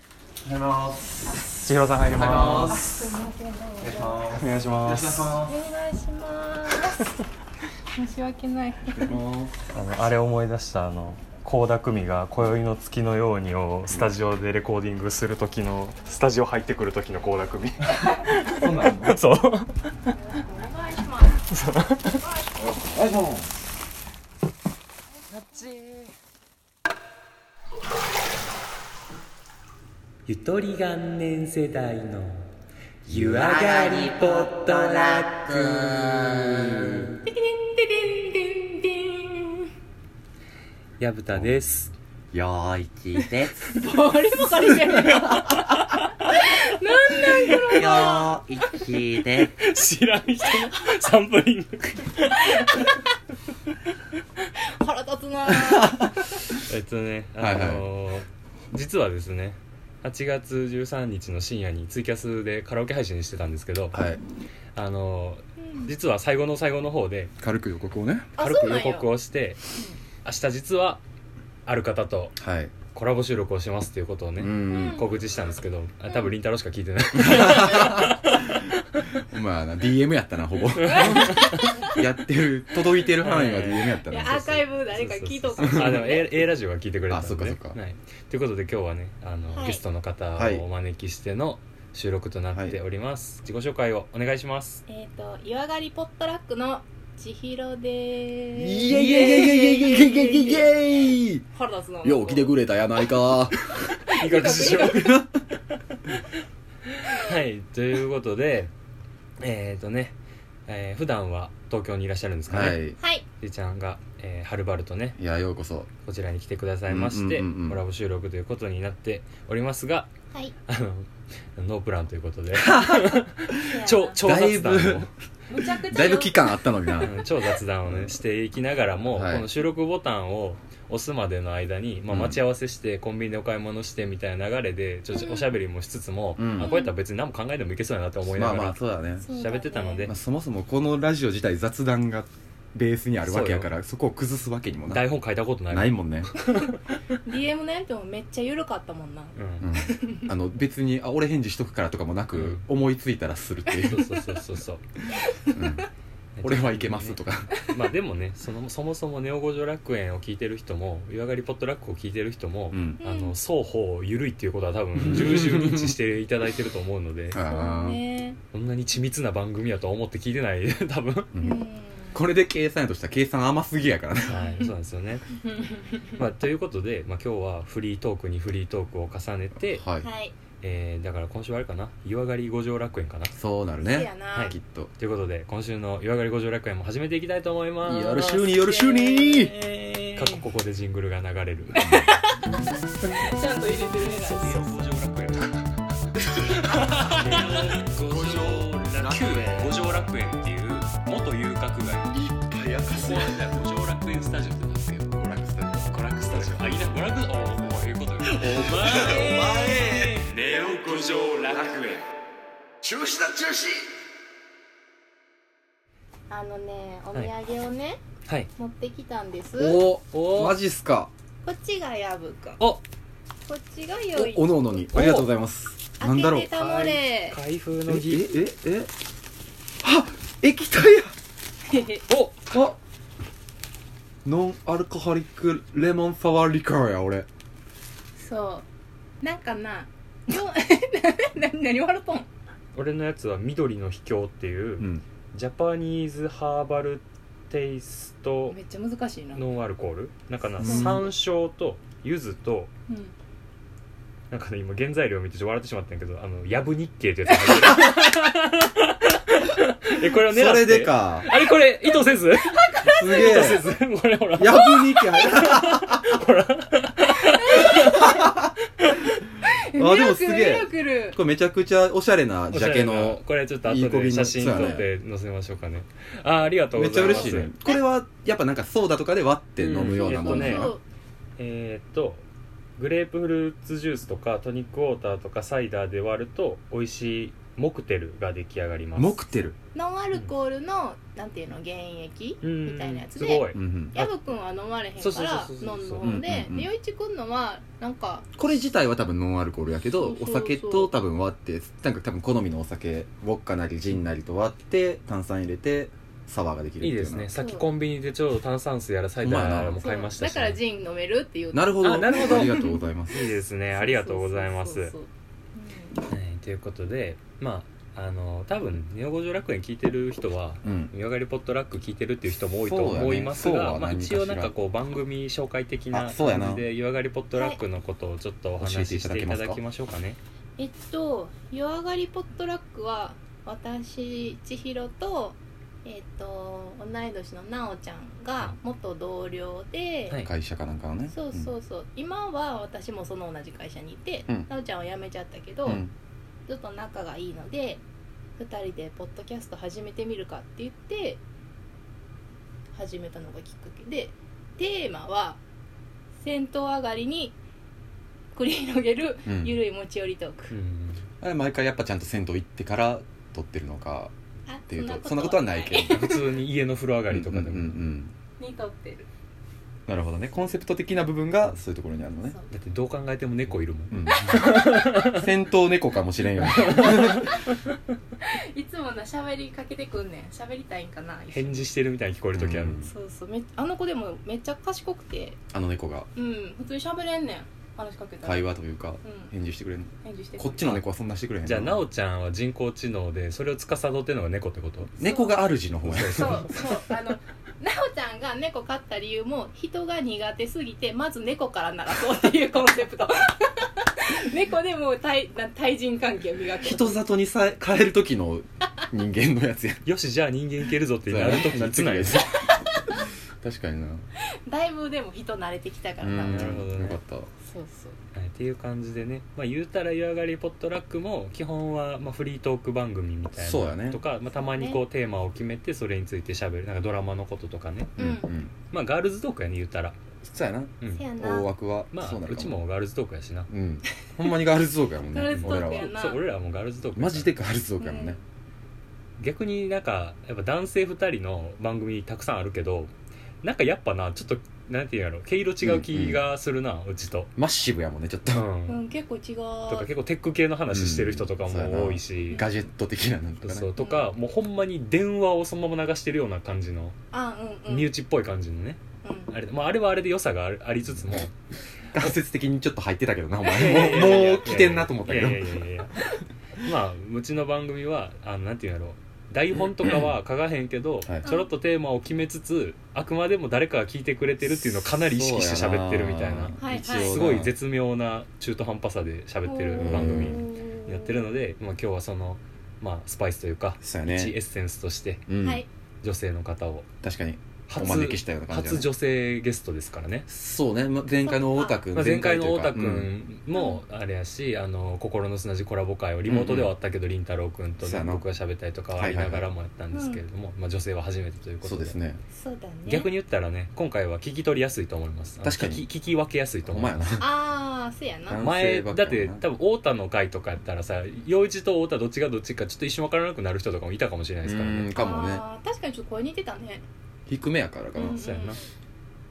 おはようございます。千尋さん入りおはようございま。ますす。お願いしおます。願いしお願まいしす。まお願いします。申し訳ない。あのあれ思い出したあの高田久美が今宵の月のようにをスタジオでレコーディングする時のスタジオ入ってくる時の高田久美。す。そうな の。そう。お願いします。お願いします。ゆとり元年世代の湯上がりポットラックディディディディディ矢蓋ですよーいちです。よン。あればかりじゃない。ーいちで知らん人のサンプリング腹立つな。えっとねあのはい実はですね8月13日の深夜にツイキャスでカラオケ配信してたんですけど、す。はい。あの実は最後の最後の方で軽く予告をね。あ軽そくう予なん告よ。をして明日実はある方とはい。コラボ収録をしますっていうことをね、うん。告知したんですけどあ多分りんたろしか聞いてないまあな、DM やったな、ほぼ。やってる、届いてる範囲は DM やったいなや。アーカイブ誰か聞いとく。あでも A, A ラジオが聞いてくれてたんで、ね、あそっかそっかはい、ということで今日はねあの、はいゲストの方はいをお招きしての収録となっております、自己紹介をお願いしますえっと湯上がりポットラックの千尋でイーェす。イイェイイェイイェイイェイイェイイェイイェイイェ腹立つな。イよう来てくれたやないか。医学師匠はいということ でえっ、ー、とね、えー、普段は東京にいらっしゃるんですかね、はゆい。はい。うちゃんが、えー、はるばるとねいや、ようこそ。こちらに来てくださいまして、うんうんうんうんコラボ収録ということになっておりますがはい。あのノープランということでせやな超超雑談をだいぶむちゃくちゃ。だいぶ期。間あったのにな。うん超雑談をねしていきながらも、はいこの収録ボタンを押すまでの間に、まあ、うん待ち合わせして、コンビニでお買い物してみたいな流れでちょっうとんおしゃべりもしつつも、うんあこうやったら別に何も考えてもいけそうやなって思いなまあがまあ、らそうだね。喋ってたのでまあ、そもそもこのラジオ自体雑談がベースにあるわけやから、そこを崩すわけにもな。台本書いたことないないもんね。 DM のやつもめっちゃ緩かったもんな。うんうん、あの別にあ俺返事しとくからとかもなく、うん思いついたらするっていう、そうそうそうそうそううん 俺はいけますとかまあでもねそのそもそも「ネオ五条楽園」を聞いてる人も「湯上がりポットラック」を聞いてる人も、うんあの双方緩いっていうことは多分重々認知していただいてると思うのであーね。こんなに緻密な番組やとは思って聞いてない 多分ううんん。これで計算やとしたら計算甘すぎやからねはい、そうなんですよね。まあ、ということで、まあ、今日はフリートークにフリートークを重ねて、はい、はい。えーだから今週はあれかな湯上がり五条楽園かなそうなるせやねな。きっとということで今週の湯上がり五条楽園も始めていきたいと思いますよろしゅうによろしゅうに過去ここでジングルが流れるちゃんと入れてるね。五条楽園五条楽園五条楽園っていう元遊郭街いっぱいやかせ五条楽園スタジオってなってよ娯楽スタジ娯楽スタジオあいいな娯楽おお前いうことよお前ネオ五条楽園あのね、お土はい産をね、はい持ってきたんです。オおおマジっすかこっちがやぶくんこおっちがよいおおのおのにありがとうございますな開んだろうけてたもれ開封えの儀えええあ液体やおあノンアルコホリックレモンサワーリカーや俺 そうなんかなよ なな何笑っとん俺のやつは緑の秘境っていう、うんジャパニーズハーバルテイストめっちゃ難しいな、うん、ノンアルコールなんかな、うん山椒と柚子となんかね今原材料見てちょっと笑ってしまったんやけどあのヤブ日経ってやつ入ってるえこれを狙ってそれでかあれこれ意図せず意すげえ図せずこ れほらやぶにきゃあでもすげえミラクルミラクルこれめちゃくちゃおしゃれなジャケのこれちょっとい後い小瓶での写真撮って載せましょうかねあーありがとうめごっちゃざいます嬉しいねこれはやっぱなんかソーダとかで割って飲むようなものえっとねなそのうえーっとグレープフルーツジュースとかトニックウォーターとかサイダーで割ると美味しいモクテルが出来上がりますモクテルノンアルコールの、なんていうの原液うんみたいなやつすでごいうんうんヤブくんは飲まれへんそうかそうらそうそうそう飲んの方でうんうんうんでヨイチくんのはなんかこれ自体は多分ノンアルコールやけそどうそうそうお酒と多分割ってなんか多分好みのお酒ウォッカなりジンなりと割って炭酸入れてサワーができるっていいいうようですねなさっきコンビニでちょうど炭酸水やらサイダーやらも買いましただし、からいジン飲めるっていうなるほどあなるほどありがとうございますいですねありがとうございますそうそうそうそうはい、ということでまああの多分ネオ五条楽園聞いてる人は うん湯上がりポットラック聞いてるっていう人も多いとそうだね思いますそうが、はまあ、何かし一ら応なんかこう番組紹介的なあそうやな感じで湯上がりポットラックのことをちょっとお教え話てししいただてけいまたすかだきましょうかねえっと「夜上がりポットラック」は私千尋とえっと同い年のなおちゃんが元同僚で、はい会社かなんかのねそうそうそう、今は私もその同じ会社にいて、うんなおちゃんは辞めちゃったけど、うんうんずっと仲がいいので2人でポッドキャスト始めてみるかって言って始めたのがきっかけでテーマは「銭湯上がりに繰り広げるうんゆるい持ち寄りトーク」うんあれ毎回やっぱちゃんと銭湯行ってから撮ってるのかあっていうとそんなことはないけど普通に家の風呂上がりとかでも、うんうんうんに撮ってる、なるほどねコンセプト的な部分がそういうところにあるのねそうだってどう考えても猫いるもん、うん戦闘猫かもしれんよねいつもな喋りかけてくんねん喋りたいんかな一緒に返事してるみたいに聞こえる時ある、うんそうそうめあの子でもめっちゃ賢くてあの猫がうん普通に喋れんねん話しかけたら、会話というかうん返事してくれる返事してくこるっちの猫はそんなしてくれへんじゃあなおおちゃんは人工知能でそれを司ってるのが猫ってこと猫が主の方やそうそうあの なおちゃんが猫飼った理由も人が苦手すぎてまず猫からならそうっていうコンセプト 猫でもう対な対人関係を磨く人里にさ帰る時の人間のやつやよしじゃあ人間いけるぞってなる時につないやでつ 確かになだいぶでも人慣れてきたかうらなおんちゃんほどねよかったそうそうはい、っていう感じでね、まあ、言うたら「湯上がりポットラック」も基本はまあフリートーク番組みたいそうやなねとか、まあ、たまにこうテーマを決めてそれについてしゃべるなんかドラマのこととかねうんうんまあガールズトークやね言うたら、そうやなうんせ、やな大枠はまあそうなるかちもガールズトークやしなうんほんまにガールズトークやもんねガールズトー俺クらやはなそう俺らはもうガールズトークやからマジでガールズトークやもんね逆になんかやっぱ男性2人の番組たくさんあるけどなんかやっぱなちょっとなんていうんやろ毛色違う気がするな、うちと、、マッシブやもんねちょっとうんん結構違うとか結構テック系の話してる人とかうんそうやなも多いし、ガジェット的ななんとかそうねとかもうほんまに電話をそのまま流してるような感じのあうんうん身内っぽい感じのね、うんあれまあ、あれはあれで良さがあるありつつもも間接的にちょっと入ってたけどなお前もうもう来てんなと思ったけどいやいやいやいやまあうちの番組はあのなんていうんやろう台本とかは書かへんけど、はいちょろっとテーマを決めつつあくまでも誰かが聞いてくれてるっていうのをかなり意識して喋ってるみたいなそうやはいはいすごい絶妙な中途半端さで喋ってる番組やってるので、まあ、今日はその、まあ、スパイスというか、そうや一エッねセンスとしてうはんい女性の方を確かに初お招きしたような感じだね初女性ゲストですからね、そうねま前回の太田君まあ、前回の太田というか君もあれやし、あの心の砂地コラボ会をリモートではあったけどりんたろう君と、そうねや、な僕が喋ったりとかはありながらもやったんですけれども、まあ、女性は初めてといううんことそうですねそうだね逆に言ったらね今回は聞き取りやすいと思いますあの確かに聞き聞き分けやすいとお思い前やまなすああせやなあの前男性ばっだかっりやてな多分太田の会とかやったらさ陽一と太田どっちがどっちかちょっと一瞬分からなくなる人とかもいたかもしれないですからねうんかもねあー確かにちょっと声似てたね低めやからかなうんそうや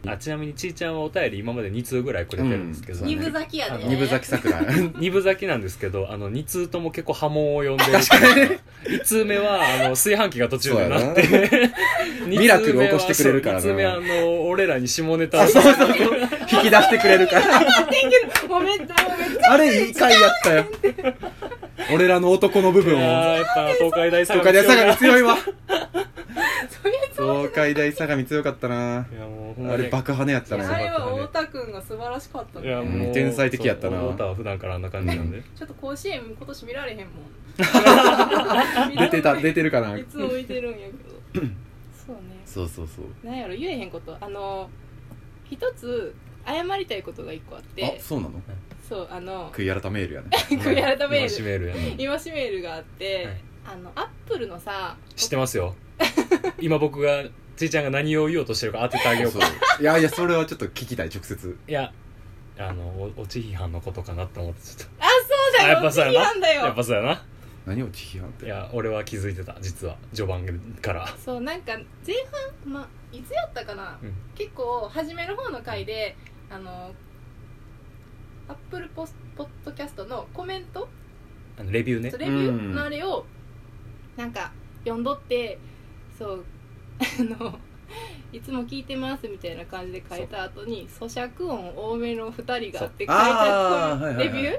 なあちなみにちーちゃんはお便り今まで2通ぐらいくれてるんですけど、うん二分咲きやあでの二分咲き 桜うん二部咲きなんですけどあの2通とも結構波紋を呼んで る1通目はあの炊飯器が途中でなってそうや二通目はミラクル起こしてくれるからなそう二通目はあの俺らに下ネタをあそうそうそう引き出してくれるからもうめっちゃもうめっちゃあれいい回やったよ俺らの男の部い分をやーやっぱ東海大相模東海大相模い強いわそういう東海大相模強かったなやもうほんまあにれ爆破ねやったいねやあれは太田君が素晴らしかったいやねもううん天才的やったなそう太田は普段からあんな感じなん でちょっと甲子園今年見られへんもん 出てた出てるかないつも見てるんやけどそうねそうそうそうなんやろ言えへんことあの一つ謝りたいことが一個あっあてそうなのそうあの悔い改めールやね悔い改める今締めるやん今しメールがあって、はいあのアップルのさ知ってますよ今僕がちーちゃんが何を言おうとしてるか当ててあげようそかういやいやそれはちょっと聞きたい直接いやあのおオチ批判のことかなって思ってちょっあそうとあだよやっぱそうやなんだなやっよぱそうやな何を批判っいてや俺は気づいてた実は序盤からそうなんか前半、ま、いつやったかな、うん結構初めの方の回であのアップルポスポッドキャストのコメントあのレビューねそうレビューうんのあれをなんか読んどってそうあのいつも聞いてますみたいな感じで書いた後に咀嚼音多めの2人がって書いあーはたいはいはいレビューうん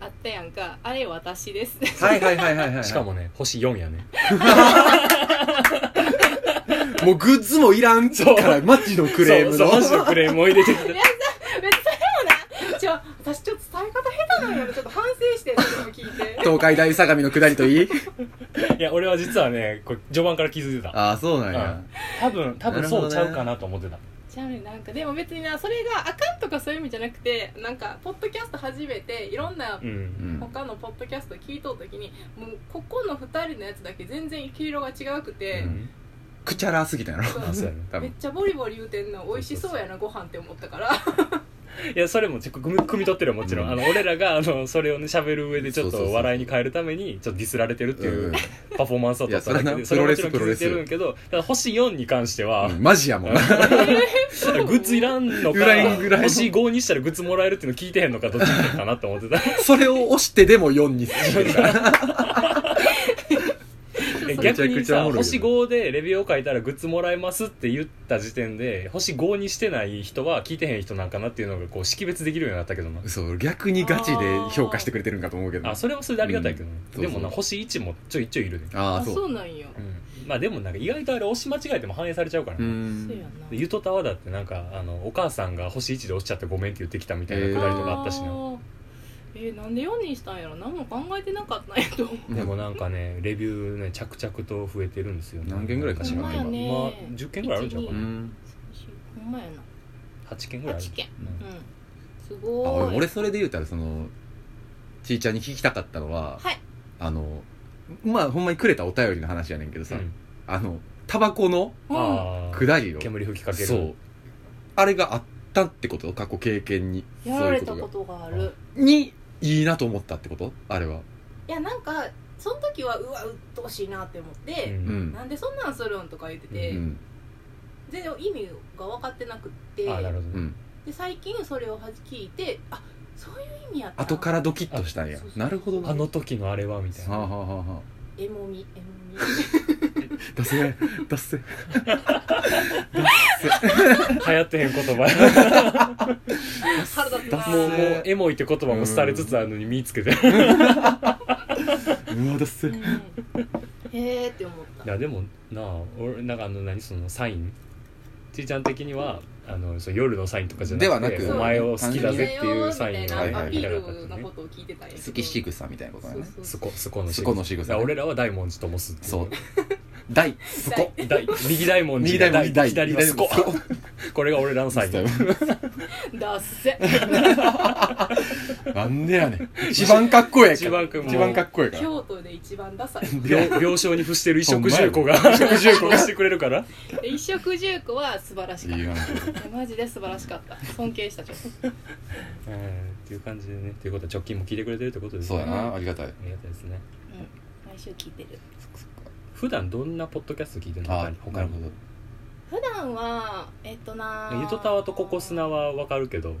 あったやんかあれ私です はいはいはいはいはいしかもね星4やね もうグッズもいらんそうからマジのクレームのそうそうマジのクレームを入れてきてめっちゃでもなちょ私ちょっと伝え方下手なんやろちょっと反省してそれも聞いて東海大相模の下りといいいや俺は実はねこれ序盤から気づいてた ああそうなんや、多分多分そうちゃうかなと思ってた、ちゃうねなんかでも別になそれがあかんとかそういう意味じゃなくてなんかポッドキャスト始めていろんなうんうん、他のポッドキャスト聞いとう時にもうここの2人のやつだけ全然黄色が違うくて、うんくちゃらすぎたんやろそうあそうやね多めっ分ちゃボリボリ言うてんの美味しそうやなご飯って思ったからいやそれもちょっと組み組み取ってるよもちろん、うんあの俺らがあのそれをね喋る上でちょっそうそうそとうそう笑いに変えるためにちょっとディスられてるっていううんパフォーマンスだっただけいでやそそれれはもはなちろん気づいてるんやけどただ星4に関しては、うんマジやもんなだからグッズいらんのかぐらいぐらい星5にしたらグッズもらえるっていうの聞いてへんのかどっちなのかなって思って たそれを押してでも4にしてるからでめち逆ゃくにちゃさおもろいよね星5でレビューを書いたらグッズもらえますって言った時点で星5にしてない人は聞いてへん人なんかなっていうのがこう識別できるようになったけどな そう逆にガチで評価してくれてるんかと思うけどあそれはそれでありがたいけどね、うんでもなそうそう星1もちょいちょいいるねああそうなんよまあでもなんか意外とあれ押し間違えても反映されちゃうからうね、んそうやなでゆとたわだってなんかあのお母さんが星1で押しちゃってごめんって言ってきたみたいなくだりとかあったしな、ーえーなんで4人したんやろ何も考えてなかったんやと思うでもなんかねレビューね着々と増えてるんですよ、何件ぐらいかし知ららんんけけどど今今10件ぐらいあるんちゃうかうな、んほんまやな8件ぐらいある8件うんうんすあごーい俺俺それで言うたらそのちいちゃんに聞きたかったのは、はいあのまあほんまにくれたお便りの話やねんけどさ、うんあのタバコのうんああ下りを煙吹きかけるそうあれがあったってこと過去経験にやられたそういうこことがあるとにいいなと思ったってことあれはいやなんかその時はうわうっとうしいなって思っうて、うんんなんでそんなんするんとか言ってて、うん全然意味が分かってなくってああなるほどうね、んで最近それをはじ聞いてあそういう意味やったな後からドキッとしたんやあそうそうなるほどなあの時のあれはみたいはあ、なはあはあはえもみえも みあ、出せ出せ流行ってへん言 葉腹立つな脱あ毛もうもうエモいって言葉も廃れつつあるのに身つけて いうわ出せうんへえって思ったやでもなあ俺なんかあの何そのサインちいちゃん的にはあのそう夜のサインとかじゃなくてではなおく前を好きだぜっていうそサうインみがたいなはアいピはいールのことを聞いてたんやけど好き仕草みたいなことだねそうそそうこそこのそこの仕草だから俺らは大文字ともすっていそう大そこ大右大文字右大右大左はすここれが俺らのサインだっせなんでやねん一番かっこええ一番かっこええ一番かっこええから京都で一番ダサい病病床に付してる移植重工がほんまや移植重 工がしてくれるから一食十個は素晴らしかっいいたわいやマジで素晴らしかった尊敬したちょっとえーっていう感じでねということは直近も聞いてくれてるってことですそうねやなありがたいありがたいですね毎週聞いてる普段どんなポッドキャスト聞いてるの他あに他なるにほど普段はえっとなゆとたわとここ砂はわかるけど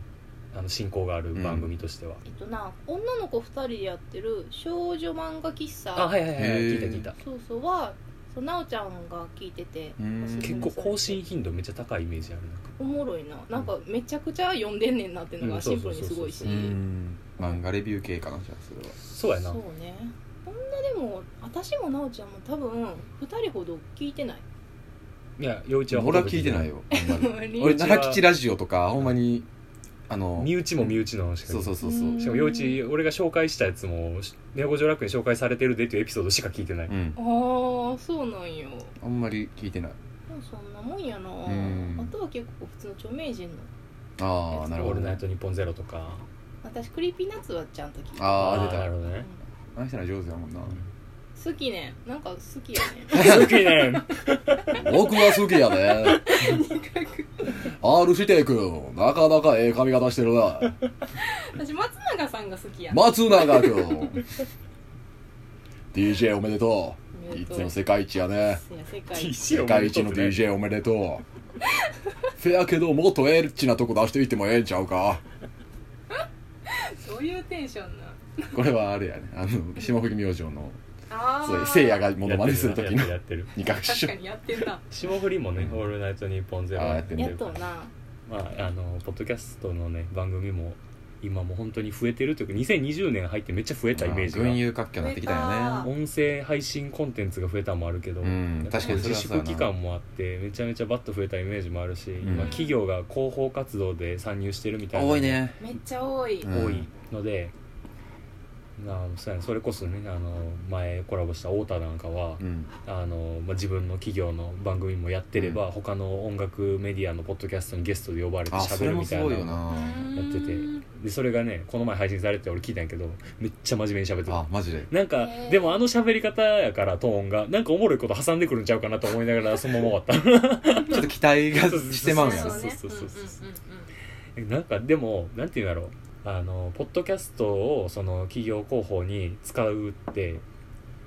あの進行がある番組としては、えっとな女の子2人でやってる少女漫画喫茶あはいはいはいへ聞ーいた聞いたそうそうはそうなおちゃんが聞いててうんおすすめさ結れて構更新頻度めっちゃ高いイメージあるなんかおもろいななんかめちゃくちゃ読んでんねんなっていうのうんがシンプルにすごいしそううーん漫画レビュー系かなじゃあそれはそうやなそうねこんなでも私もなおちゃんも多分2人ほど聞いてない いや陽一は俺は聞いてないよよあんまりリーチは俺奈良吉ラジオとかほんまにあの身内も身内のしかそうそうそうそううんしかも陽一俺が紹介したやつも「ネオ五条楽園紹介されてるで」っていうエピソードしか聞いてない、うんあーそうなんよあんまり聞いてないでもそんなもんやなうんあとは結構普通の著名人のああなるオほーどルナねイトニッポンゼロ」とか私クリーピーナッツはちゃんと聞いてるあー出ーた なるほどうねんあの人ら上手やもんな好きねんなんか好きや ねん好きね ん僕は好きや ね。R 指定君、なかなかええ髪型してるな。私松永さんが好きやねん松永君。DJ おめでとおう。めいでとうつも世界一やね。いや世界一 TC 世を持界っと一っのてね DJ おめでとう。せやけど、もっとエッチなとこ出していってもええんちゃうか。どういうテンションなこれはあれやね。あの、霜降り明星の、あそうあせいやがモノマネするときのやってるやってるやってる二角師確匠か。にやってんな霜降りもね「オールナイトニッポンゼロあーやってんねやっとうなまあ、あのポッドキャストのね番組も今もう本当に増えてるというか2020年入ってめっちゃ増えたイメージが群雄割拠になってきたよね。音声配信コンテンツが増えたのもあるけど、うんやっぱ確かにそれ自はそうや粛な期間もあってめちゃめちゃバッと増えたイメージもあるし、ん今企業が広報活動で参入してるみたいな多いね。めっちゃ多い、うん多いので、なあそうやねそれこそねあの前コラボした太田なんかは、うん。あのまあ、自分の企業の番組もやってれば、うん他の音楽メディアのポッドキャストにゲストで呼ばれてあ、そ喋れるもみすたいごいよなな。やっててでそれがねこの前配信されて俺聞いたんやけどめっちゃ真面目に喋ってあた、マジで。なんかへーでもあの喋り方やからトーンがなんかおもろいこと挟んでくるんちゃうかなと思いながらそのまま 終わっちょっと期待がしてまうんやそなうそうそうそううんうんうんうんたなんかでもなんていうんだろうあのポッドキャストをその企業広報に使うって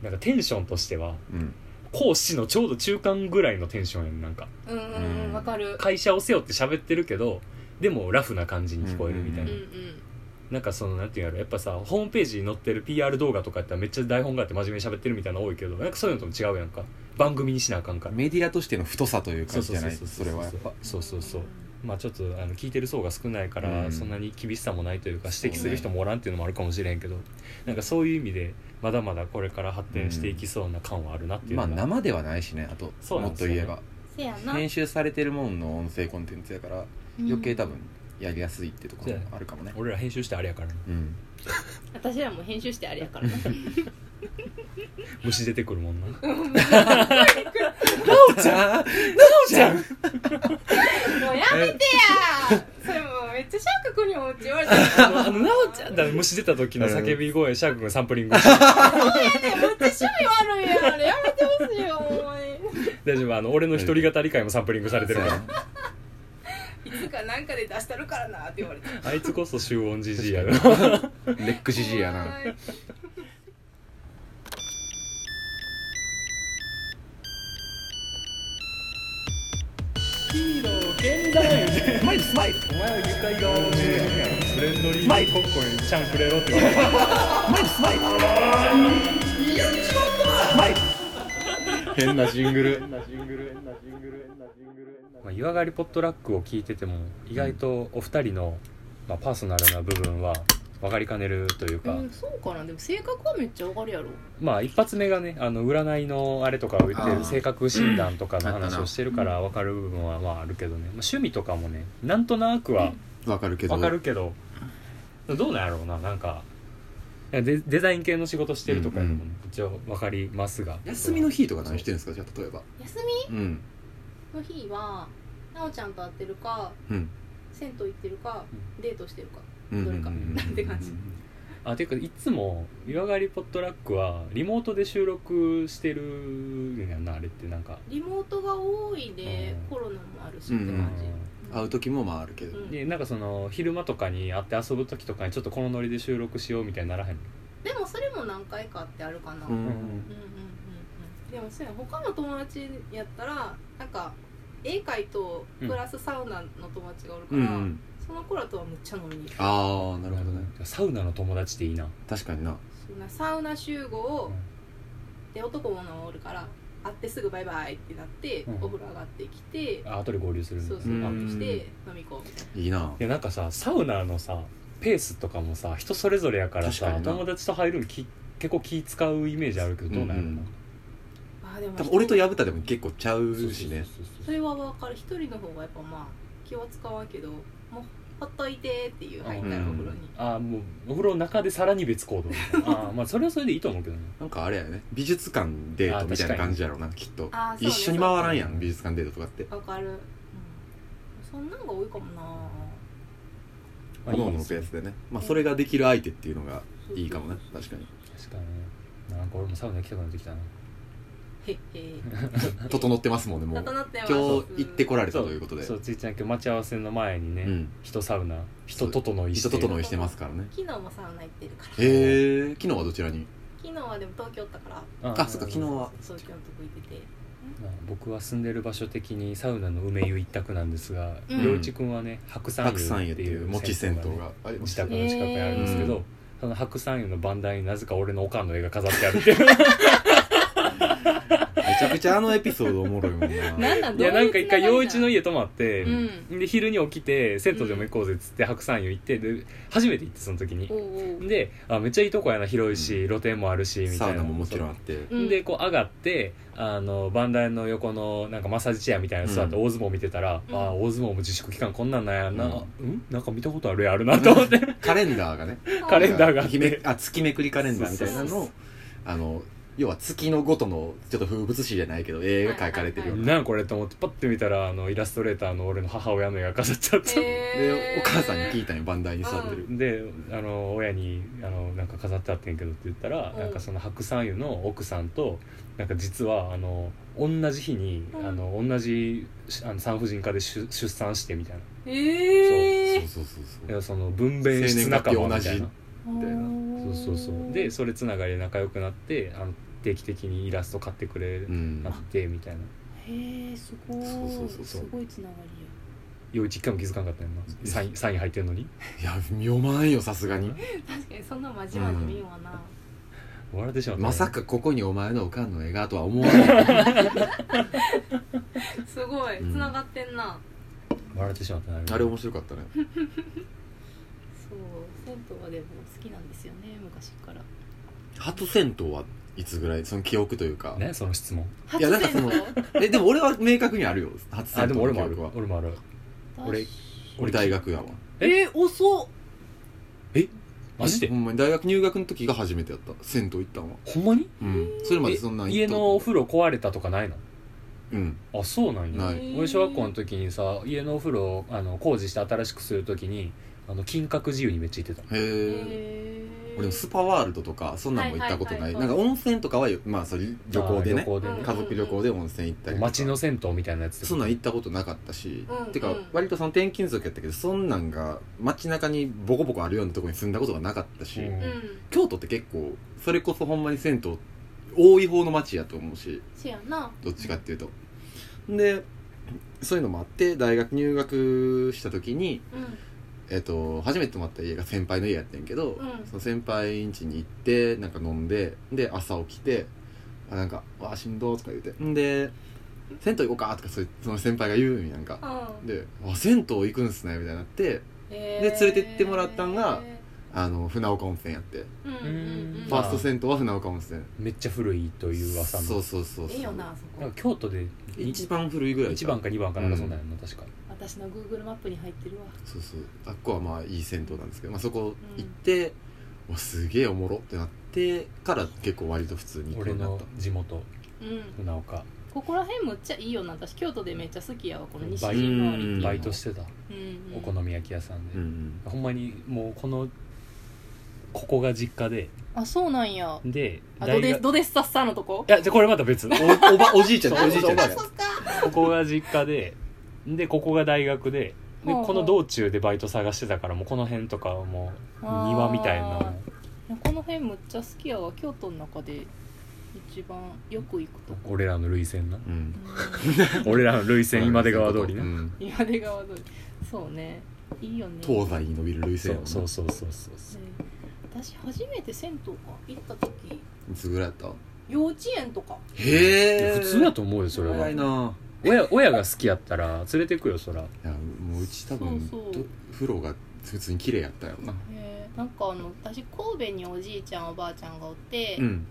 なんかテンションとしてはうん。講師のちょうど中間ぐらいのテンションやんなんかうんうんうんわかる会社を背負って喋ってるけどでもラフな感じに聞こえるみたいな、うんううんんなんかそのなんていうんやろやっぱさホームページに載ってる PR 動画とかやったらめっちゃ台本があって真面目に喋ってるみたいなの多いけどなんかそういうのとも違うやんか番組にしなあかんからメディアとしての太さというそかうそじうゃそなういそうそれはやっぱそうそうそうまあちょっとあの聞いてる層が少ないから、うんそんなに厳しさもないというかそう指摘ねする人もおらんっていうのもあるかもしれんけど、なんかそういう意味でまだまだこれから発展していきそうな感はあるなっていうまのあが、生ではないしねあとそうなもんっですとよね言えばせやな編集されてるもんの音声コンテンツやから余計多分やりやすいってところもあるかもね俺ら編集してあれやからなうん私らも編集してあれやからな虫出てくるもん なちゃんちゃんもうやめてやそれもうめっちゃシャークくんにもうち言われたからあの奈緒ちゃんだから虫出た時の叫び声シャーク君がサンプリングしてめっちゃ趣味悪いやんあれやめてほしいよほんまに大丈夫あの俺の一人語り会もサンプリングされてるからいつかなんかで出したるからなって言われてあいつこそ集音じじいやなレックジジイやなはいお前スマイルスマイルは愉快顔でフレンドリーマイコッコにちゃんくれろって言われた変なジングルまあ、湯上がりポットラックを聞いてても意外とお二人の、まあ、パーソナルな部分は分かりかねるというか、うんそうかなでも性格はめっちゃわかるやろまあ一発目がねあの占いのあれとかを言ってあーる性格診断とかのあった話なをしてるから分かる部分はまああるけどね、まあ、趣味とかもねなんとなくはわかるけど分かるけどどうなんやろうななんかデデザイン系の仕事してるとかでも、ねうん一応分かりますが休みの日とか何してるんですかじゃあ例えば休みうんの日はなおちゃんと会ってるかうん銭湯行ってるかデートしてるかうんどれかなんて感じあていうかいつも「湯上がりポットラック」はリモートで収録してるんやんなあれってなんかリモートが多いでうんコロナもあるしって感じ会う時もまああるけどうんでなんかその昼間とかに会って遊ぶ時とかにちょっとこのノリで収録しようみたいにならへんのでもそれも何回かってあるかな、ううんうんうんうんんでもそうや他の友達やったらなんか絵描いとプラスサウナの友達がおるかうら、んその子らとはむっちゃ飲みに行くああなるほどねサウナの友達でいいな確かになそんなサウナ集合を、で男もおるから会ってすぐバイバイってなって、うんお風呂上がってきて、あ後で合流するんだそうそううん合あ流して飲み行こうみたいいいないやなんかさサウナのさペースとかもさ人それぞれやから確かさにな友達と入るのき結構気使うイメージあるけどどうなるの、うんうなんあーでも多分俺と薮田でも結構ちゃうしそうねそうそうそれは分かる一人の方がやっぱまあ気は使わんけどもうほっといてっていう入ったらお風呂に、あーもうお風呂の中でさらに別 行動みたいなあーまあそれはそれでいいと思うけどねなんかあれやね美術館デートみたいな感じやろうなきっとあーそうね一緒に回らんやそうねん美術館デートとかってわかる、うん、そんなんが多いかもまなあ各いい々でのすペよースでねまあそれができる相手っていうのがいいかもね確かに確かにねなんか俺もサウナ行きたくなってきたなへっへ 整ってますもんねもう整ってます今日行ってこられたということでそうついちゃん今日待ち合わせの前にね、うん人サウナ人整いして人整いしてますからね昨日もサウナ行ってるからへえ昨日はどちらに昨日はでも東京おったからああそっか昨東日は京のとこ行っててまあ僕は住んでる場所的にサウナの梅湯一択なんですがうん陽一君はね白山白山湯湯っってていいううもち銭湯ねがありま自した宅の近くにあるんですけうどんその白山湯の番台になぜか俺のおかんの絵が飾ってあるっていうめちゃくちゃあのエピソードおもろいもん ななんな んいどうやないんうかつ一回ながりなん陽一の家泊まって、うで昼に起きて銭湯でも行こうぜっつって白山湯行ってで初めて行ってその時におうおうであめっちゃいいとこやな広いし、露店もあるしみたいなサウナももちろんあ ってうんでこう上がってあの番台の横のなんかマッサージチェアみたいなの座ってうん大相撲見てたら、うんああ大相撲も自粛期間こんなんなんやな、ううんん、なんか見たことあるやあるなと思ってカレンダーがねカレンダーがあって日めあ月めくりカレンダーみたいなのをあの要は月のごとのちょっと風物詩じゃないけど絵が描かれてるような、なんやこれと思ってパッて見たらあのイラストレーターの俺の母親の絵が飾っちゃった、でお母さんに聞いいたんよ番台に座ってる、であの親にあの「なんか飾ってあってんけど」って言ったら、うんなんかその白山湯の奥さんとなんか実はあの同じ日に、うんあの同じあの産婦人科で出出産してみたいなええそうそうそういそうやその分娩室仲間みた生年月い日な同じみたいなそうそうそうでそれつながりで仲良くなってあの定期的にイラスト買ってくれるようんうになってみたいなへえすごいそうそうそうそうすごいつながりや陽一一回も気づかなかったよなサインサイン入ってるのにいや読まんよさすがに確かにそんなまじまじ見んわな、笑ってしまったまさかここにお前のおかんの絵がとは思わないすごいうんつながってんな、笑ってしまったなあれ面白かったねそう銭湯はでも好きなんですよね昔から初銭湯はいつぐらいその記憶というか、ねその質問いやなんかその初銭えでも俺は明確にあるよあ初銭湯でもの俺記もある憶は俺もある湯俺俺大学やわえー、遅っマジでほんまに大学入学の時が初めてやった銭湯行ったんはほんまにうんそれまでそんなんえ行家ったのお風呂壊れたとかないのうんあそうなんやない俺小学校の時にさ家のお風呂あの工事して新しくする時にあの金閣自由にめっちゃ行ってたへえへー俺もスパワールドとかそんなんも行ったことなはいいはいはないんはいか温泉とかはよまあそれ旅行であね旅行でうん家族旅行で温泉行ったりとか街の銭湯みたいなやつってことそんなん行ったことなかったし、うんてかうん割とその転勤族やったけどそんなんが街中にボコボコあるようなとこに住んだことがなかったし、うんうん京都って結構それこそほんまに銭湯多い方の街やと思うしせやなどっちかっていうとでそういうのもあって大学入学した時に、うんえっと初めて泊まった家が先輩の家やってんけど、うんその先輩ん家に行ってなんか飲んでで朝起きてあなんか「わあしんど」とか言うてんで「銭湯行こうか」とかそういうその先輩が言うんやんかうんで「あ銭湯行くんすね」みたいになってで連れてってもらったんがあの船岡温泉やってうんうんうんファースト銭湯は船岡温泉めっちゃ古いという噂のそうそうそうそうええよなそなんこか京都で一番古いぐらい1番か2番かなんかそんなんやんな、確か私の Google マップに入ってるわそうそうあっこはまあいい銭湯なんですけど、まあ、そこ行って、おすげえおもろってなってから結構割と普通に行く俺ようになっのた地元うん船岡ここら辺むっちゃいいよな私京都でめっちゃ好きやわこの西バイ陣回りっていうのバイトしてた、うんうんお好み焼き屋さんで、うんうんほんまにもうこのここが実家であそうなんやであドデ学いドデスサッサーのとこやじゃあこれまた別こおおばおじいちゃんそうおじいちゃんそうやそっかこが実家ででここが大学ででほうほうこの道中でバイト探してたからもうこの辺とかはもう庭みたいあーなこの辺むっちゃ好きやわ京都の中で一番よく行くとこ俺らの涙腺なうん俺らの涙腺今出川通りねうん今出川通りそうねいいよね東西に伸びる類そう線やもんなそうそうそうそうそうね私初めて銭湯か行った時いつぐらいやった幼稚園とかいやへえ普通やと思うよそれ早はいな親親が好きやったら連れてくよそらいやもううち多分そうそうど風呂が普通に綺麗やったよなへえなんかあの私神戸におじいちゃんおばあちゃんがおって、うん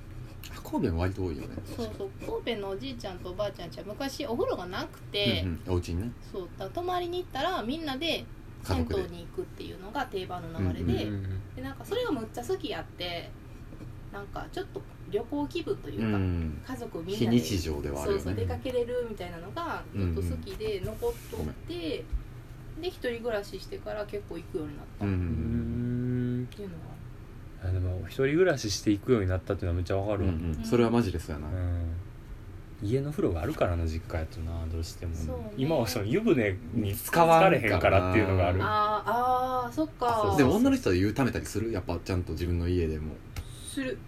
あ神戸も割と多いよねそうそう神戸のおじいちゃんとおばあちゃんちは昔お風呂がなくて、うんうんおうちにねそうだから泊まりに行ったらみんなで家銭族湯でに行くっていうのが定番の流れうんで,、でなんかそれがむっちゃ好きやってなんかちょっと旅行気分といううか、ん家族みん非なで日常ではあるそようそう出かねけれるみたいなのがずっと好きで残っとって、で一人暮らししてから結構行くようになったうっんうんうんんていうのはあでも一人暮らししていくようになったっていうのはめっちゃわかうるんわ、うんそれはマジでそうやな、うん家の風呂があるからな実家やとなどうしても、そうね今はその湯船に使われへんからっていうのがあるあーあーそっかそうでも女の人は言うためたりするやっぱちゃんと自分の家でもする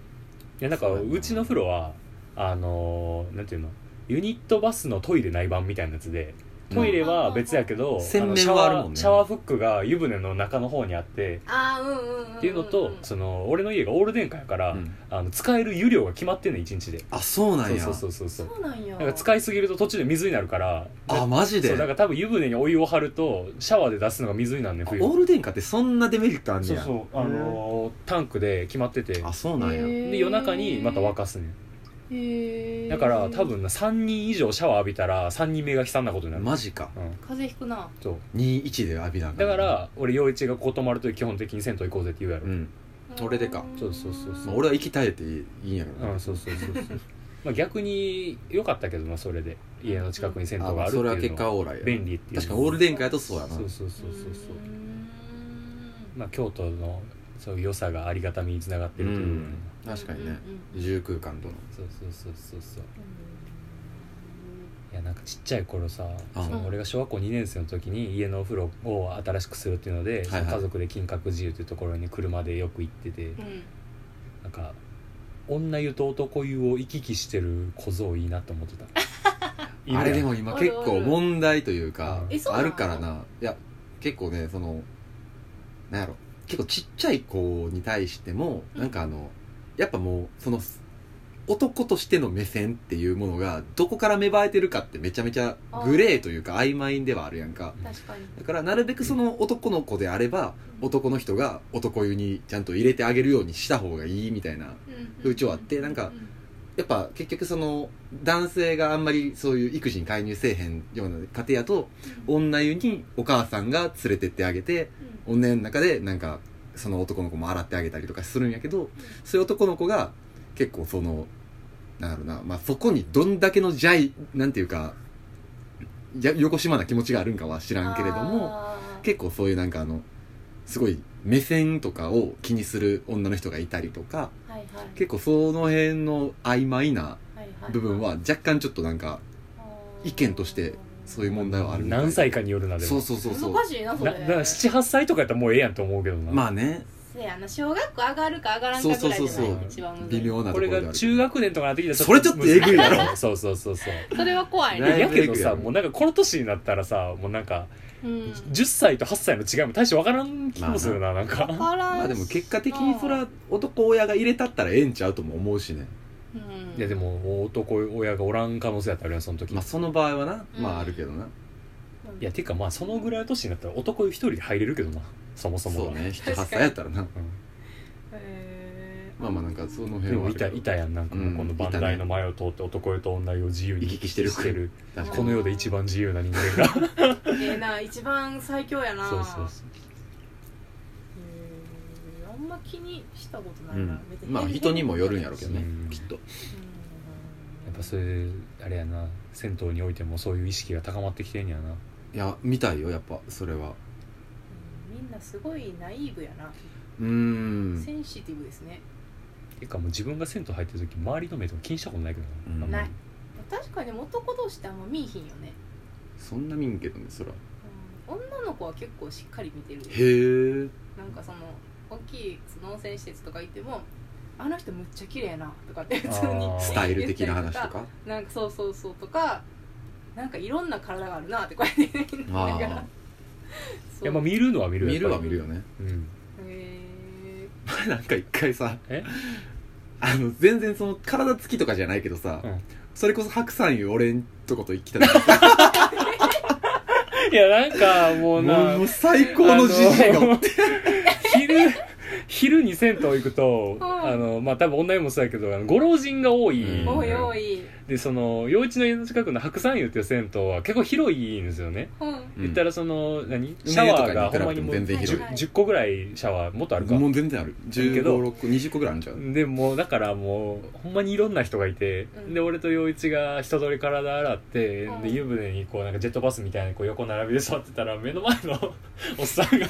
いやなんかそうやなうちの風呂はあのーなんていうのユニットバスのトイレ内版みたいなやつでトイレは別やけど、洗の面シャはあるワもんーねシャワーフックが湯船の中の方にあってああうんうんうんんんっていうのと、その俺の家がオール電化やから、うんあの使える湯量が決まってんねん1日であそうなんそうやそうそうそうそうそうなんやなんか使いすぎると途中で水になるからあマジでそうだから多分湯船にお湯を張るとシャワーで出すのが水になるねんあ冬オール電化ってそんなデメリットあんねそうやそうあのータンクで決まっててあそうなんや、で夜中にまた沸かすねんへえだから多分な3人以上シャワー浴びたら3人目が悲惨なことになる、マジかうん、風邪ひくなそう21で浴びなあんだかなら俺陽一がここ泊まるとき基本的に銭湯行こうぜって言うやろ、うん、俺でかそうそうそうそまあ、俺は息絶えていいいいんやけどう、なんそうそうそうそうまあ逆に良かったけどなそれで家の近くに銭湯 あまがああるそれはってい結う果のはオーライや便利っていう確かにオール電化やとそうやなそうそうそうそうそううーんまあ京都のそういう良さがありがたみにつながってるというかね、確かにねうんうん自由空間とのそうそうそうそうそういやなんかちっちゃい頃さあその俺が小学校2年生の時に家のお風呂を新しくするっていうので、はいはいその家族で金閣自由っていうところに車でよく行ってて、うんうんなんか女湯と男湯を行き来してる小僧いいなと思ってたいるやん あれでも今結あるあ構る問題というかえそうなあのるからないや結構ねそのなんやろ結構ちっちゃい子に対してもうんなんかあのやっぱもうその男としての目線っていうものがどこから芽生えてるかってめちゃめちゃグレーというか曖昧ではあるやんか確かにだからなるべくその男の子であれば男の人が男湯にちゃんと入れてあげるようにした方がいいみたいな風潮あってなんかやっぱ結局その男性があんまりそういう育児に介入せえへんような家庭やと女湯にお母さんが連れてってあげて女湯の中でなんかその男の子も洗ってあげたりとかするんやけどそういう男の子が結構そのなんだろうな、まあ、そこにどんだけのジャイなんていうかやよこしまな気持ちがあるんかは知らんけれども結構そういうなんかあのすごい目線とかを気にする女の人がいたりとか結構その辺の曖昧な部分は若干ちょっとなんか意見としてそういう問題はあるみたい何歳かによるなでもそうそうそうそう難しいなそなれだから78歳とかやったらもうええやんと思うけどな、まあねせやな小学校上がるか上がらんかぐらいじゃないそうそうそうそう一番むずい微妙なとこ俺ろであるが中学年とかなってきたらそれちょっとえぐいやろろ そうそうそうそうそれは怖いだねいやぶけえどぐいやさろもうなんかこの年になったらさもうなんかうん10歳と8歳の違いも大して分からん気もするななんか分からんまあでも結果的にそれは男親が入れたったらええんちゃうとも思うしねうんいやでももう男親がおらん可能性やったらあるやんその時、まあその場合はなうんまああるけどな、いやてかまあそのぐらいの年になったら男一人で入れるけどなそもそもそがうね78歳やったらなうんへーまあまあなんかその辺ではもあいるけたどいたやんなんかうんこのバンダイの前を通って男と女を自由に行き来してる確かこの世で一番自由な人間がええな一番最強やなそうそうそうへーあんま気にしたことなに、ういな、ん別、にまあ人にもよるんやろうけどねうんきっとうんやっぱそういうあれやな銭湯においてもそういう意識が高まってきてんやないや見たいよやっぱそれはうんみんなすごいナイーブやな、うーんセンシティブですねてかもう自分が銭湯入ってる時周りの目とか気にしたことないけどうんない確かに男同士ってあんま見いひんよね、そんな見んけどねそらへうん、女の子は結構しっかり見てるえなんかその大きいその温泉施設とか行っても「あの人むっちゃ綺麗な」とかって普通にあースタイル的な話とかなんかそうそうそうとかなんかいろんな体があるなってこうやって言いながらあそいうやまあ見るのは見ある見るやはっぱ見りるよねうんへ なんか一回さえあの全然その体つきとかじゃないけどさ、うんそれこそ白山湯俺んとこと来た 時いやなんかもうなもうもう最高のじじいがおって、昼昼に銭湯行くと、うんあのまあ多分女湯もそうやけどあのご老人が多い、うんーおいおい、でその陽一の家の近くの白山湯っていう銭湯は結構広いんですよね、うん、うん言ったらその何湯シャワーとかがに比ほんまにべてももう全然広い 10, 10個ぐらいシャワーもっとあるかもう全然あるけど1520個ぐらいあるんちゃうでもうだからもうほんまにいろんな人がいて、うんで俺と陽一が一通り体洗って、うんで湯船にこうなんかジェットバスみたいにこう横 並びで座ってたら目の前のおっさんが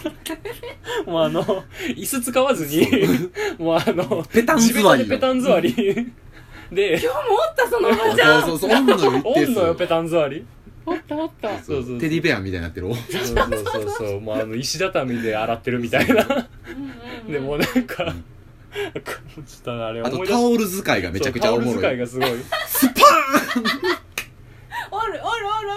もうあの椅子使わわずに、もうあの、ペタン地べ座たりでペよタン座り。で、思ったそのおばちゃそんうそうそうおんのよ一お定ん数のよ、ペタン座り。おったおったそうそうそうテディベアみたいになってるそうそうそうそう、もうあの、石畳で洗ってるみたいな。 でもうなんか、うちんょっとあれあ思とい出しタたオル使いがめちゃくちゃおもそうろタオル使いいがすごい。おるおるおる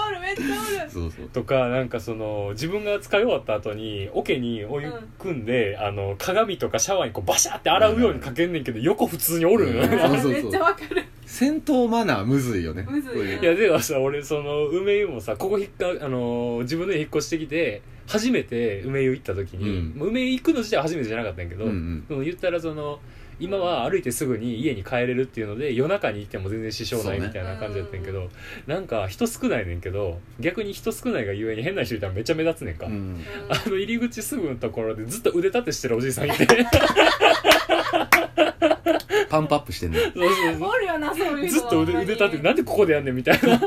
おるめっちゃおるそうそうとか、なんかその、自分が使い終わった後に、桶にお湯汲んで、あの、鏡とかシャワーにこうバシャって洗うようにかけんねんけど、横普通におるんようんね。 そうそうそうめっちゃわかる戦闘マナーむずいよねむずいそういういやでもさ俺その梅湯もさここ引っかあのー自分の家引っ越してきて初めて梅湯行った時に、うんまあ梅湯行くの自体は初めてじゃなかったんやけど、うんうんでも言ったらその今は歩いてすぐに家に帰れるっていうので夜中に行っても全然支障ないそうみねたいな感じだったんやけど、なんか人少ないねんけど逆に人少ないがゆえに変な人いたらめっちゃ目立つねんか、うんあの入り口すぐのところでずっと腕立てしてるおじいさんい てパンプアップしてんのそうそうそうおるよなそういうのずっと腕腕立てなんでここでやんねんみたいな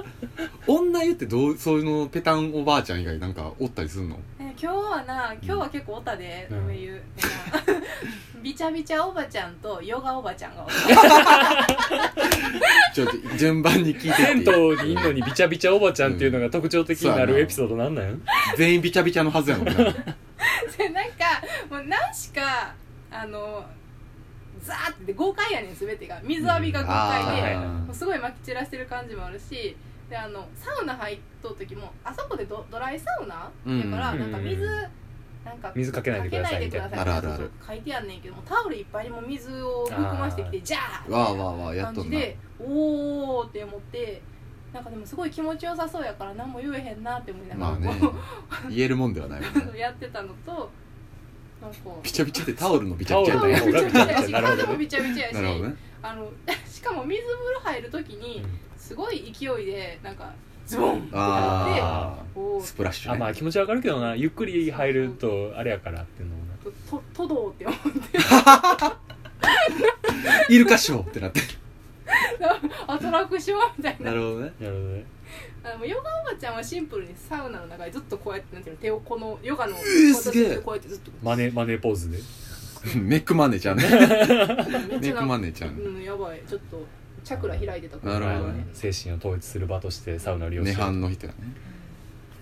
女湯ってどうそういうのペタンおばあちゃん以外なんかおったりすんのえ今日はな今日は結構おったでうん梅湯 びちゃびちゃおばちゃんとヨガおばちゃんがおった ちょっと順番に聞いて銭っ湯てにいんのにビチャビチャおばちゃんっていうのが特徴的になるエピソードなんなんやん全員ビチャビチャのはずや もんなでなんかもう何しかあのザーって豪快やねん全てが水浴びが豪快で、あもうーすごい撒き散らしてる感じもあるしであのサウナ入っとう時もあそこでドドライサウナ、うんだからうんなんか水なんか水かけないでくださいみたいなかけなでくださいあるあるあるそうそう書いてあんねんけどもタオルいっぱいにもう水を含ましてきてジャーわあわあわあやっ感とじんなでおーって思ってなんかでもすごい気持ちよさそうやから何も言えへんなって思いなまあがらねこ言えるもんではないもん ねうやってたのとなんかビチャビチャってタオルのビチタャオビルチのャそうびだちゃびちよゃ やしなるほどね体もびちゃびちゃやしなるほどねあの しかも水風呂入るときにすごい勢いでなんかズボンってなってあこあうスプラッシュあねまあ気持ちわかるけどなゆっくり入るとあれやからっていうのもなとととどうって 思ってイルカショーってなってアトラクションみたい ななるほどねなるほどねあのヨガおばちゃんはシンプルにサウナの中でずっとこうやってなんていうの手をこのヨガのーすげこうやえってこうやってずっとマネマネポーズでメックマネちゃんね めっメちゃックなマネちゃんうんやばいちょっとチャクラ開いてたからなるほどね精神を統一する場としてサウナを利用涅して槃の人やね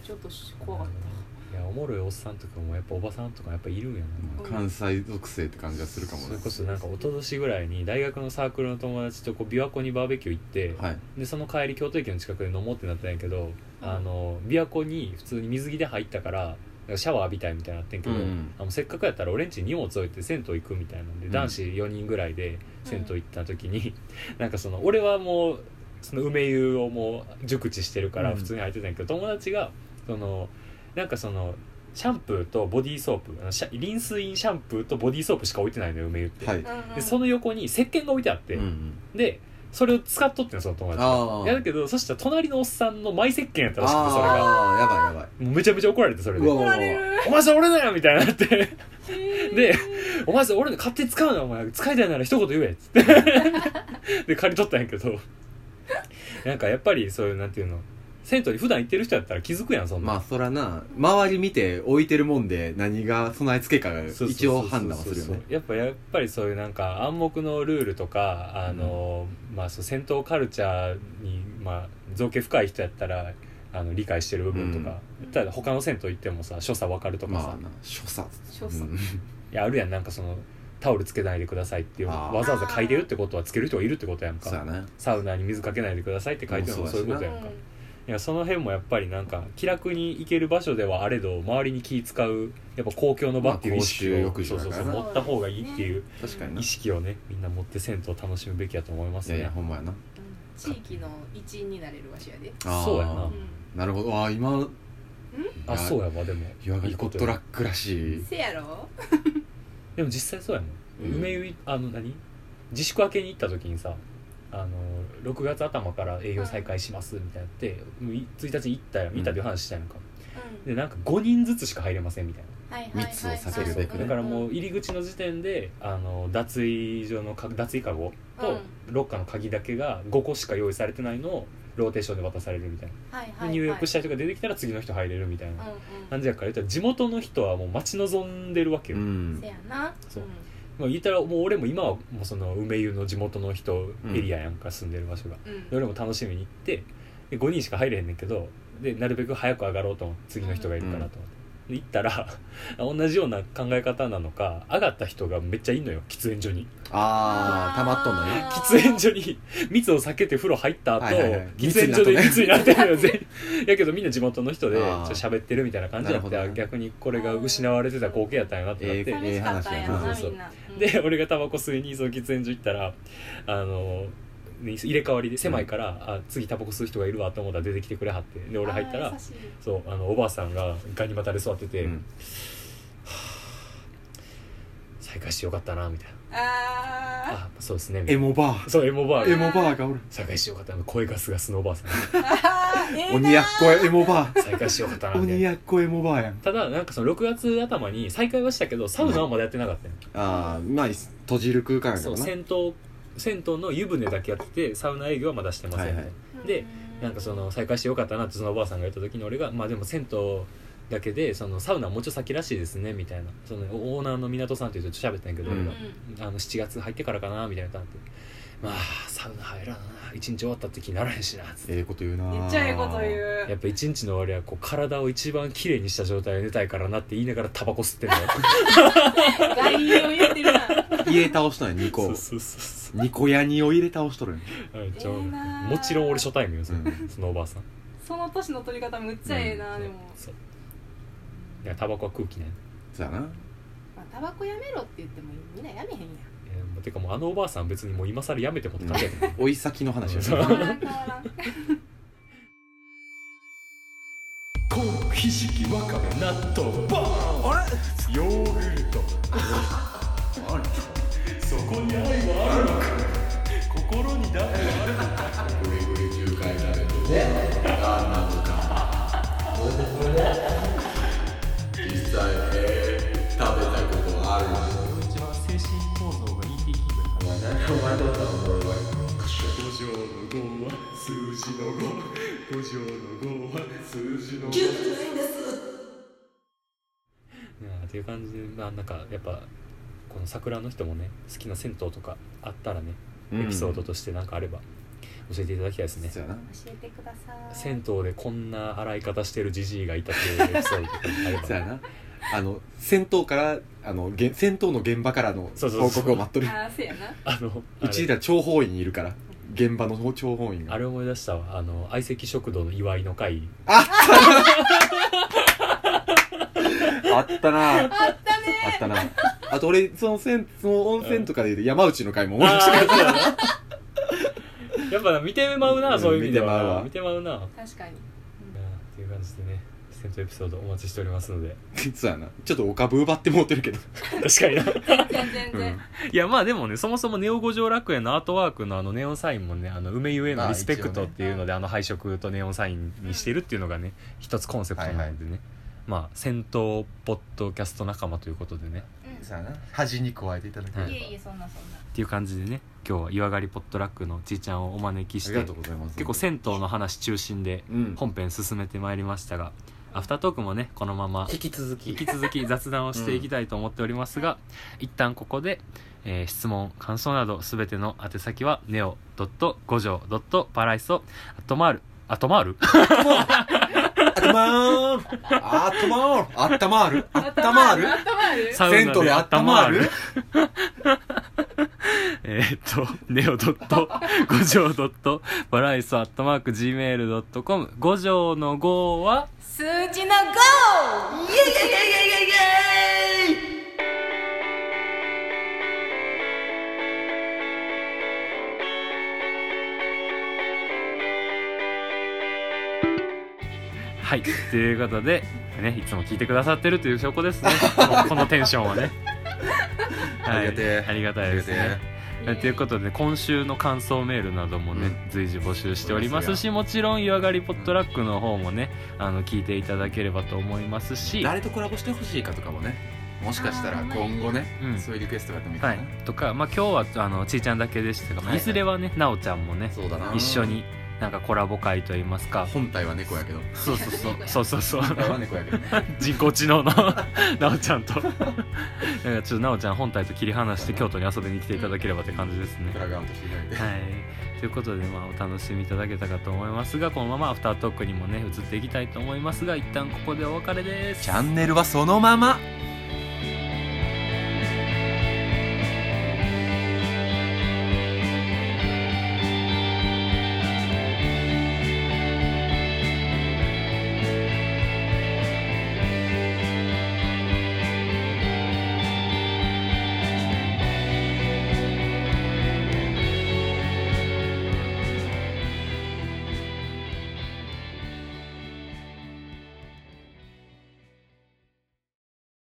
ちょっと怖かっいやおもろいおっさんとかもやっぱおばさんとかやっぱいるんやなまあ関西属性って感じはするかもそれねこそなんか一昨年ぐらいに大学のサークルの友達とこう琵琶湖にバーベキュー行って、はいでその帰り京都駅の近くで飲もうってなったんやけど、あの琵琶湖に普通に水着で入ったからなんかシャワー浴びたいみたいになってんけど、うんあのせっかくやったら俺んちに荷物置いて銭湯行くみたいなんで、うん男子4人ぐらいで銭湯行った時に、 なんかその俺はもうその梅湯をもう熟知してるからうん普通に入ってたんやけど、友達がそのなんかそのシャンプーとボディーソープあのシャリンスインシャンプーとボディーソープしか置いてないのよ梅湯って、はいた、うんうんでその横に石鹸が置いてあって、うんうんでそれを使っとってんその友達あがーいやだけどそしたら隣のおっさんのマイ石鹸やったらしくてそれがああやばいやばいもうめちゃめちゃ怒られてそれで「うわうお怒わうわられる前それ俺だよ!」みたいになってへーで「お前それ俺の勝手に使うなお前使いたいなら一言言え」っつってで借り取ったんやけどなんかやっぱりそういうなんていうの銭湯に普段行ってる人やったら気づくやんそんな、まあそらな周り見て置いてるもんで何が備え付けかがそうそう一応判断はするよそうねそうそうやっぱやっぱりそういうなんか暗黙のルールとかあの、まあそう戦闘カルチャーにまあ造形深い人やったらあの理解してる部分とか、うんただ他の銭湯行ってもさ所作わかるとかさ、まあな所作所作うんいやあるやんなんかそのタオルつけないでくださいっていうあーわざわざ書いてるってことはつける人がいるってことやんそうやかなサウナに水かけないでくださいって書いてるのもそういうことやんか、うんいやその辺もやっぱりなんか気楽に行ける場所ではあれど周りに気使うやっぱ公共の場っていう意識まあを、公衆そう浴場そうだそかうらな持った方がいいっていう確かにな意識をねみんな持って銭湯を楽しむべきやと思いますいやねいやほんまやなうん地域の一員になれる場所やで、あーそうやう、なんなるほどああ今あそうやわでも岩い垣いこコッとトやラックらしいせやろでも実際そうやもん、うん梅湯あの何自粛明けに行った時にさあの6月頭から営業再開しますみたいなって1日に行ったやんうん行ったっていう話したやんか、うんでなんか5人ずつしか入れませんみたいはいはいはいはい密を避けるべくなねだからもう入り口の時点であの脱衣所のか脱衣カゴとロッカーの鍵だけが5個しか用意されてないのをローテーションで渡されるみたいな、はいではいはい入浴した人が出てきたら次の人入れるみたいなうんうん感じやから言ったら地元の人はもう待ち望んでるわけうよ、んせやなそうんまあ、言ったらもう俺も今はもうその梅湯の地元の人うんエリアやんか、住んでる場所がうんで俺も楽しみに行ってで5人しか入れへんねんけどでなるべく早く上がろうと思って次の人がいるからと思って。で行ったら 同じような考え方なのか上がった人がめっちゃいんのよ喫煙所にあー、溜まっとんのね。喫煙所に密を避けて風呂入った後、はいはいはい喫煙所で密になってるよ 全員やけどみんな地元の人でちょあーっと喋ってるみたいな感じになってなるほどあ逆にこれが失われてた光景やったんやなってなって、ええ寂しかったんやろな、話やなみんな、うんで俺がタバコ吸いにその喫煙所行ったらあのね入れ替わりで狭いから、あ次タバコ吸う人がいるわと思ったら出てきてくれはってで俺入ったあーら優しいそうあのおばあさんがガニ股で座ってて、うん再会してよかったなみたいなああそうですねみたいエなモバー。そうエモバーエがモバーがおる。再会してよかったな声がすがすのおばあさんーあーええな鬼やっこエモバ再会してよかったなー。みたい 鬼なやっこエモバーやん。ただなんかその6月頭に再開はしたけどサウナはまだやってなかったよ、あー、まあ、閉じる空間やかそうらな。銭湯銭湯の湯船だけやっててサウナ営業はまだしてません、はいはいでなんかその再開してよかったなってそのおばあさんが言った時に俺が「まあでも銭湯だけでそのサウナはもうちょっと先らしいですね」みたいなそのオーナーの港さんという人と喋ったんやけど、うん俺うがんあの7月入ってからかなみたいな感じで「まあサウナ入らな一日終わったって気にならへんしな」つって。ええこと言うなめっちゃええこと言う。やうっぱ一日の終わりはこう体を一番きれいにした状態で寝たいからなって言いながらタバコ吸ってんのよ 外遊言ってるな家倒したんや、ニそコう。そうそうそニコヤニを入れ倒しとるんや。うめっちゃおもろいええなあもちろん俺初対面よそ,、うん そのおばあさんその年の取り方むっちゃええな、でも、そういやタバコは空気ないそうやな。まあ、タバコやめろって言ってもみんなやめへんやんえーもうてかもうあのおばあさん別にもう今更やめてもって感じやけど追い先の話やそうな。変わらん変わらんコーヒジキわかめ納豆バーンあれヨーグルトそこに愛はあるのか心にだってあるのか一番精神構造がいい気分かな五条の五は数字の五五条の五は数字の五うんっていう感じでまあなんかやっぱこの桜の人もね好きな銭湯とかあったらね、うんエピソードとしてなんかあれば教えていただきたいですねそうやな。教えてください銭湯でこんな洗い方してるじじいがいたっていうエピソードとかあれば そうやな。あの、戦闘から、あの、げ戦闘の現場からのそうそうそう報告を待っとる。ああそうやなあのうちら諜報員いるから。現場の諜報員あれあが。れ思い出したわあの相席食堂の祝いの 会あったなああったねったなあと俺、その銭、その温泉とかで言うと山内の回も思い出したから。やっぱな見てまうな、うんそういう意味で見てまうはわ見てまうなうん確かにっていう感じでね銭湯エピソードお待ちしておりますのでそうやな。ちょっとお株奪ってもうてるけど。確かにな全然全う然ん、 いやまあでもねそもそもネオ五条楽園のアートワークのあのネオンサインもねあの梅ゆえのリスペクトっていうのであ,、の配色とネオンサインにしてるっていうのがね一つコンセプトなんでね、まあ戦闘ポッドキャスト仲間ということでねうそうやな。端に加えていただけん、いえいえそんなそんなっていう感じでね今日は湯上がりポットラックのちいちゃんをお招きあしりてがとうございます。結構銭湯の話中心でうん本編進めてまいりましたが、アフタートークもねこのまま引き続き引き続き雑談をしていきたいと思っておりますが、一旦ここで、えー質問感想などすべての宛先は neo.5 条 .paraiso アットマールアットマールあったまーるあったまーるあったまーるあったまーるあったまるサウナ銭湯であったまーるえーっと neo.5 条 .paraiso アットマーク gmail.com 5条の5は数字の GO! イエイイエイイエイイエイイエイはいということで、ね、いつも聞いてくださってるという証拠ですねこのこのテンションはね ありがてえはい、ありがたいですねということで今週の感想メールなどもね、う随時募集しておりますしもちろん「湯上がりポットラック」の方もねあの聞いていただければと思いますし、は誰とコラボしてほしいかとかもねもしかしたら今後ねうんそういうリクエストがあってもいいかいな、、とか、まあ、今日はあのちーちゃんだけでしたが、はいいずれはねなおちゃんもねそうだな一緒になんかコラボ会といいますか本体は猫やけどそうそうそう そうそうそう 本体は猫やけどね人工知能の なおちゃんと なんかちょっとなおちゃん本体と切り離して京都に遊びに来ていただければって感じですねプラグアウトしていただいてはい、ということで、まあ、お楽しみいただけたかと思いますがこのままアフタートークにもね移っていきたいと思いますが一旦ここでお別れです。チャンネルはそのまま